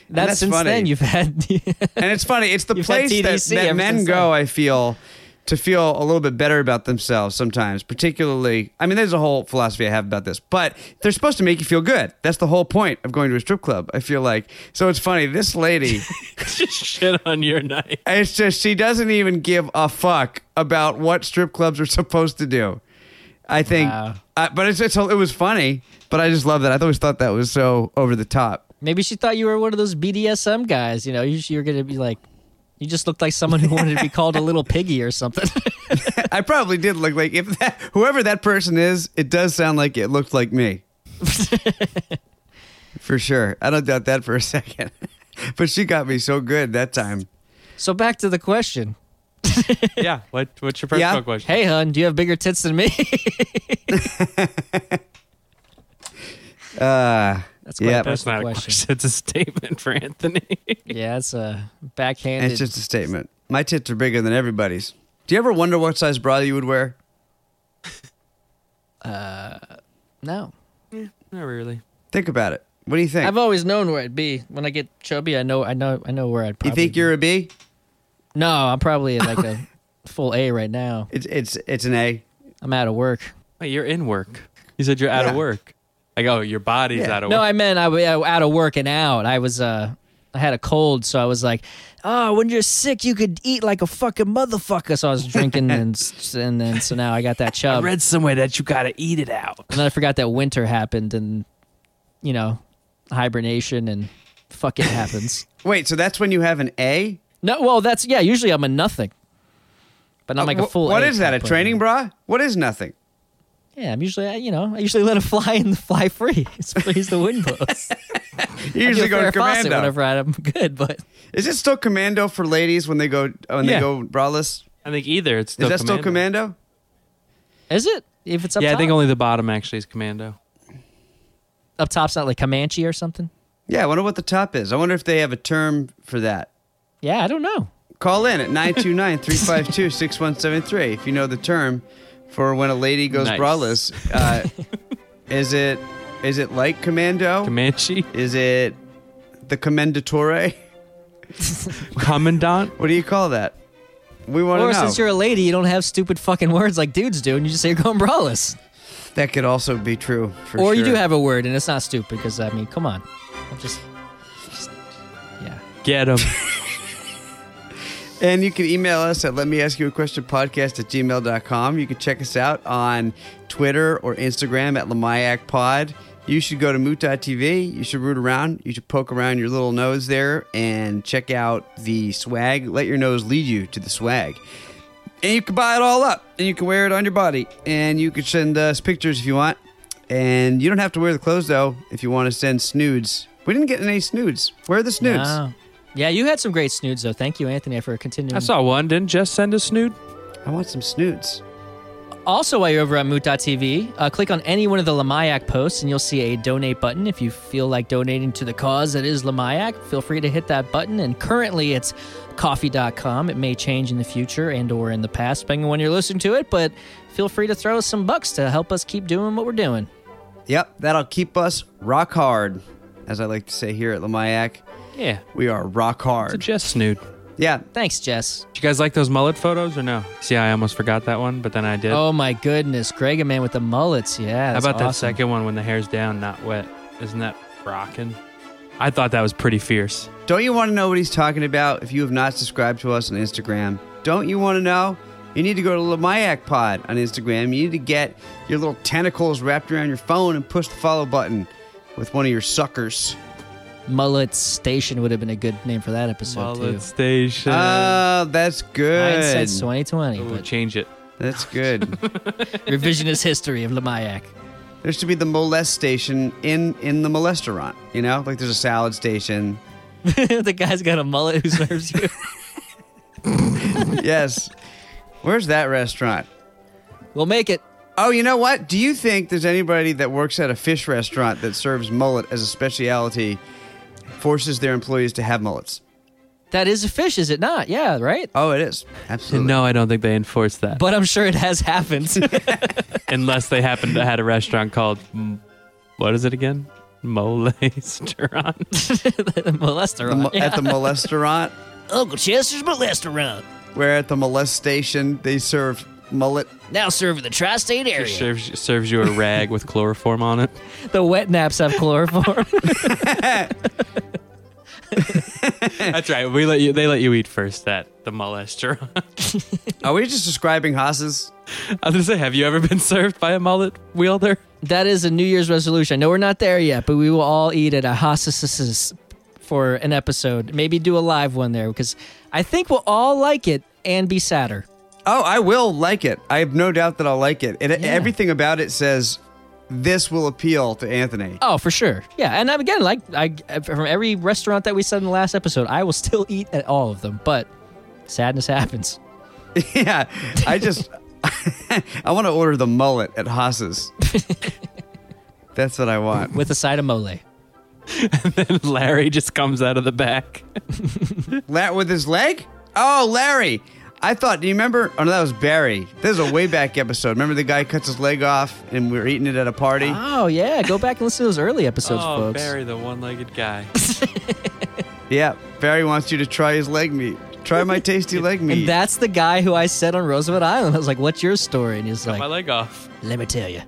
[SPEAKER 2] and
[SPEAKER 3] that's,
[SPEAKER 2] that's
[SPEAKER 3] since
[SPEAKER 2] funny.
[SPEAKER 3] then you've had.
[SPEAKER 2] And it's funny. It's the
[SPEAKER 3] You've had
[SPEAKER 2] place that,
[SPEAKER 3] TDC
[SPEAKER 2] that
[SPEAKER 3] ever
[SPEAKER 2] men
[SPEAKER 3] since
[SPEAKER 2] go.
[SPEAKER 3] then.
[SPEAKER 2] I feel to feel a little bit better about themselves sometimes. Particularly, I mean, there's a whole philosophy I have about this, but they're supposed to make you feel good. That's the whole point of going to a strip club. I feel like so. It's funny. This lady.
[SPEAKER 4] just shit on your night.
[SPEAKER 2] It's just she doesn't even give a fuck about what strip clubs are supposed to do. I think,
[SPEAKER 3] Wow.
[SPEAKER 2] uh, but it's, it's it was funny. But I just love that. I always thought that was so over the top.
[SPEAKER 3] Maybe she thought you were one of those BDSM guys. You know, you, you were going to be like, you just looked like someone who wanted to be called a little piggy or something.
[SPEAKER 2] I probably did look like if that whoever that person is, it does sound like it looked like me, for sure. I don't doubt that for a second. but she got me so good that time.
[SPEAKER 3] so back to the question.
[SPEAKER 4] yeah. What, what's your
[SPEAKER 2] Yeah.
[SPEAKER 4] personal question?
[SPEAKER 3] Hey, hun, do you have bigger tits than me?
[SPEAKER 2] Uh,
[SPEAKER 3] That's quite
[SPEAKER 2] Yeah.
[SPEAKER 3] a
[SPEAKER 4] That's
[SPEAKER 3] personal
[SPEAKER 4] not a
[SPEAKER 3] question.
[SPEAKER 4] question. It's a statement for Anthony.
[SPEAKER 3] Yeah, it's a
[SPEAKER 2] and
[SPEAKER 3] backhanded.
[SPEAKER 2] it's just a statement. My tits are bigger than everybody's. Do you ever wonder what size bra you would wear?
[SPEAKER 3] no.
[SPEAKER 4] Not really.
[SPEAKER 2] Think about it. What do you think?
[SPEAKER 3] I've always known where I'd be. When I get chubby, I know, I know, I know where I'd.
[SPEAKER 2] You
[SPEAKER 3] Probably
[SPEAKER 2] think you're a bee?
[SPEAKER 3] be. No, I'm probably like a. full A right now.
[SPEAKER 2] It's it's it's an A.
[SPEAKER 3] I'm out of work.
[SPEAKER 4] Wait, you're in work. You said you're out of
[SPEAKER 2] Yeah.
[SPEAKER 4] work. Like, oh, your body's
[SPEAKER 2] Yeah.
[SPEAKER 4] out of
[SPEAKER 3] No,
[SPEAKER 4] work.
[SPEAKER 3] I meant I was out of work and out. I was uh I had a cold, so I was like, "Oh, when you're sick, you could eat like a fucking motherfucker." So I was drinking, and s- and then so now I um, got that chub, and
[SPEAKER 4] somewhere that you gotta eat it out.
[SPEAKER 3] then I forgot that winter happened, and you know, hibernation and fuck it happens.
[SPEAKER 2] Wait, so that's when you have an A?
[SPEAKER 3] no, well, that's yeah. Usually I'm a nothing, but not like a
[SPEAKER 2] Uh, Wh-
[SPEAKER 3] full.
[SPEAKER 2] What
[SPEAKER 3] A
[SPEAKER 2] is that? A
[SPEAKER 3] type of-
[SPEAKER 2] training bra? What is nothing?
[SPEAKER 3] Yeah, I'm usually I- you know I usually let it fly and fly free. It's freeze the wind blows.
[SPEAKER 2] You usually go to
[SPEAKER 3] Fawcett
[SPEAKER 2] commando.
[SPEAKER 3] whenever I'm good, but
[SPEAKER 2] Is it still commando for ladies when they go when
[SPEAKER 4] Yeah.
[SPEAKER 2] they go braless?
[SPEAKER 4] I think either it's
[SPEAKER 2] Is
[SPEAKER 4] still
[SPEAKER 2] that still commando?
[SPEAKER 3] is it if it's up?
[SPEAKER 4] Yeah, I
[SPEAKER 3] top?
[SPEAKER 4] think only the bottom actually is commando.
[SPEAKER 3] up top's not like Comanche or something?
[SPEAKER 2] Yeah, I wonder what the top is. I wonder if they have a term for that.
[SPEAKER 3] Yeah, I don't know.
[SPEAKER 2] Call in at 929-352-6173 if you know the term for when a lady goes
[SPEAKER 4] Nice.
[SPEAKER 2] braless. Uh, is it is it like commando?
[SPEAKER 4] Comanche?
[SPEAKER 2] is it the commendatore?
[SPEAKER 4] Commandant?
[SPEAKER 2] What do you call that? We want
[SPEAKER 3] Or
[SPEAKER 2] to know.
[SPEAKER 3] since you're a lady, you don't have stupid fucking words like dudes do, and you just say you're going braless.
[SPEAKER 2] that could also be true. For
[SPEAKER 3] or you do
[SPEAKER 2] sure.
[SPEAKER 3] have a word, and it's not stupid because I mean, come on, I'm just, just yeah.
[SPEAKER 4] Get him.
[SPEAKER 2] And you can email us at let me ask you a question podcast at gmail.com. You can check us out on Twitter or Instagram at Lamayak Pod. You should go to moot.tv. You should root around. You should poke around your little nose there and check out the swag. Let your nose lead you to the swag. And you can buy it all up and you can wear it on your body. And you can send us pictures if you want. And you don't have to wear the clothes though if you want to send snoods. We didn't get any snoods. Where are the snoods?
[SPEAKER 3] Wow. Yeah, you had some great snoods though. Thank you, Anthony, for continuing.
[SPEAKER 4] I saw one. Didn't Jess send a snoot?
[SPEAKER 2] I want some snoods.
[SPEAKER 3] Also, while you're over at moot.tv, uh, click on any one of the Lamayak posts and you'll see a donate button. If you feel like donating to the cause that is Lamayak, feel free to hit that button. And currently it's coffee.com. It may change in the future and or in the past, depending on when you're listening to it, but feel free to throw us some bucks to help us keep doing what we're doing.
[SPEAKER 2] Yep, that'll keep us rock hard, as I like to say here at Lamayak.
[SPEAKER 4] Yeah.
[SPEAKER 2] We are rock
[SPEAKER 4] It's a
[SPEAKER 2] hard.
[SPEAKER 4] Jess snoot.
[SPEAKER 2] Yeah,
[SPEAKER 3] Thanks, Jess.
[SPEAKER 4] Did you guys like those mullet photos or no? See, I almost forgot that one, but then I did.
[SPEAKER 3] Oh my goodness, Greg a man with the mullets. Yeah.
[SPEAKER 4] How
[SPEAKER 3] that's
[SPEAKER 4] about that
[SPEAKER 3] awesome.
[SPEAKER 4] second one when the hair's down, not wet? Isn't that rocking? I thought that was pretty fierce.
[SPEAKER 2] don't you want to know what he's talking about if you have not subscribed to us on Instagram? Don't you want to know? You need to go to Lamayak Pod on Instagram. You need to get your little tentacles wrapped around your phone and push the follow button with one of your suckers.
[SPEAKER 3] Mullet Station would have been a good name for that episode
[SPEAKER 4] Mullet
[SPEAKER 3] too.
[SPEAKER 4] station.
[SPEAKER 2] Oh, that's good.
[SPEAKER 3] Hindsight's 2020.
[SPEAKER 4] Ooh,
[SPEAKER 3] but-
[SPEAKER 4] change it.
[SPEAKER 2] That's good.
[SPEAKER 3] revisionist history of Lamayak.
[SPEAKER 2] there should be the molest station in in the molesterant. You know, like there's a salad station.
[SPEAKER 3] the guy's got a mullet who serves you.
[SPEAKER 2] yes. Where's that restaurant?
[SPEAKER 3] we'll make it.
[SPEAKER 2] Oh, you know what? Do you think there's anybody that works at a fish restaurant that serves mullet as a specialty forces their employees to have mullets?
[SPEAKER 3] That is a fish, is it not? Yeah, right?
[SPEAKER 2] Oh, it is. Absolutely.
[SPEAKER 4] No, I don't think they enforce that.
[SPEAKER 3] But I'm sure it has happened.
[SPEAKER 4] Unless they happen to had a restaurant called, mm, what is it again? Mole restaurant.
[SPEAKER 2] The
[SPEAKER 3] molester.
[SPEAKER 2] mo- At the molestaurant,
[SPEAKER 3] Uncle Chester's molester
[SPEAKER 2] where at the molest station they serve mullet.
[SPEAKER 3] Now serving the tri state area.
[SPEAKER 4] serves, serves you a rag with chloroform on it.
[SPEAKER 3] The wet naps have chloroform.
[SPEAKER 4] That's right. We let you. They let you eat first at the mole restaurant.
[SPEAKER 2] Are we just describing Haas's?
[SPEAKER 4] I was gonna say, have you ever been served by a mullet wielder?
[SPEAKER 3] that is a New Year's resolution. I know we're not there yet, but we will all eat at a hostess's for an episode. Maybe do a live one there because I think we'll all like it and be sadder.
[SPEAKER 2] Oh, I will like it. I have no doubt that I'll like it. And everything about it says this will appeal to Anthony.
[SPEAKER 3] Oh, for sure. Yeah, and I'm- again, like I from every restaurant that we said in the last episode, I will still eat at all of them. But sadness happens.
[SPEAKER 2] yeah. I just I want to order the mullet at Haas's. That's what I want.
[SPEAKER 3] With a side of mole,
[SPEAKER 4] Then Larry just comes out of the back.
[SPEAKER 2] La- with his leg? Oh, Larry. I thought, do you remember? Oh, no, that was Barry. This is a way back episode. Remember the guy cuts his leg off and we were eating it at a party?
[SPEAKER 4] Uh-huh.
[SPEAKER 3] Oh yeah, go back and listen to those early episodes,
[SPEAKER 4] oh,
[SPEAKER 3] folks.
[SPEAKER 4] Barry, the one-legged guy.
[SPEAKER 2] Yeah. Barry wants you to try his leg meat. Try my tasty leg meat.
[SPEAKER 3] And that's the guy who I said on Roosevelt Island. I was like, "What's your story?" And he's
[SPEAKER 4] my
[SPEAKER 3] like,
[SPEAKER 4] leg off.
[SPEAKER 3] "Let me tell you.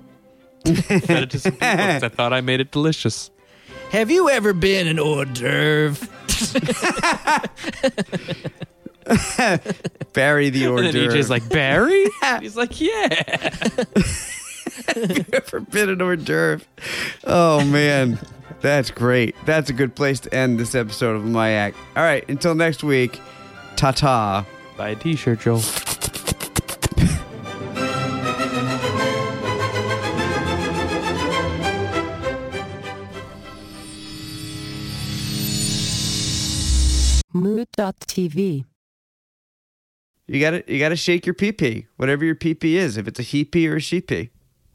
[SPEAKER 4] Fed it to some people 'cause I thought I made it delicious.
[SPEAKER 3] Have you ever been an hors d'oeuvre?"
[SPEAKER 2] Bury the hors
[SPEAKER 4] And then
[SPEAKER 2] d'oeuvre.
[SPEAKER 4] EJ's like, Barry? He's like, yeah.
[SPEAKER 2] Never been an hors d'oeuvre. Oh man, that's great. That's a good place to end this episode of My Act. All right, until next week. Ta ta.
[SPEAKER 4] Buy a t shirt, Joel.
[SPEAKER 5] Mood.tv.
[SPEAKER 2] You got to you got to shake your pee pee, whatever your pee pee is. If it's a he pee or a she pee.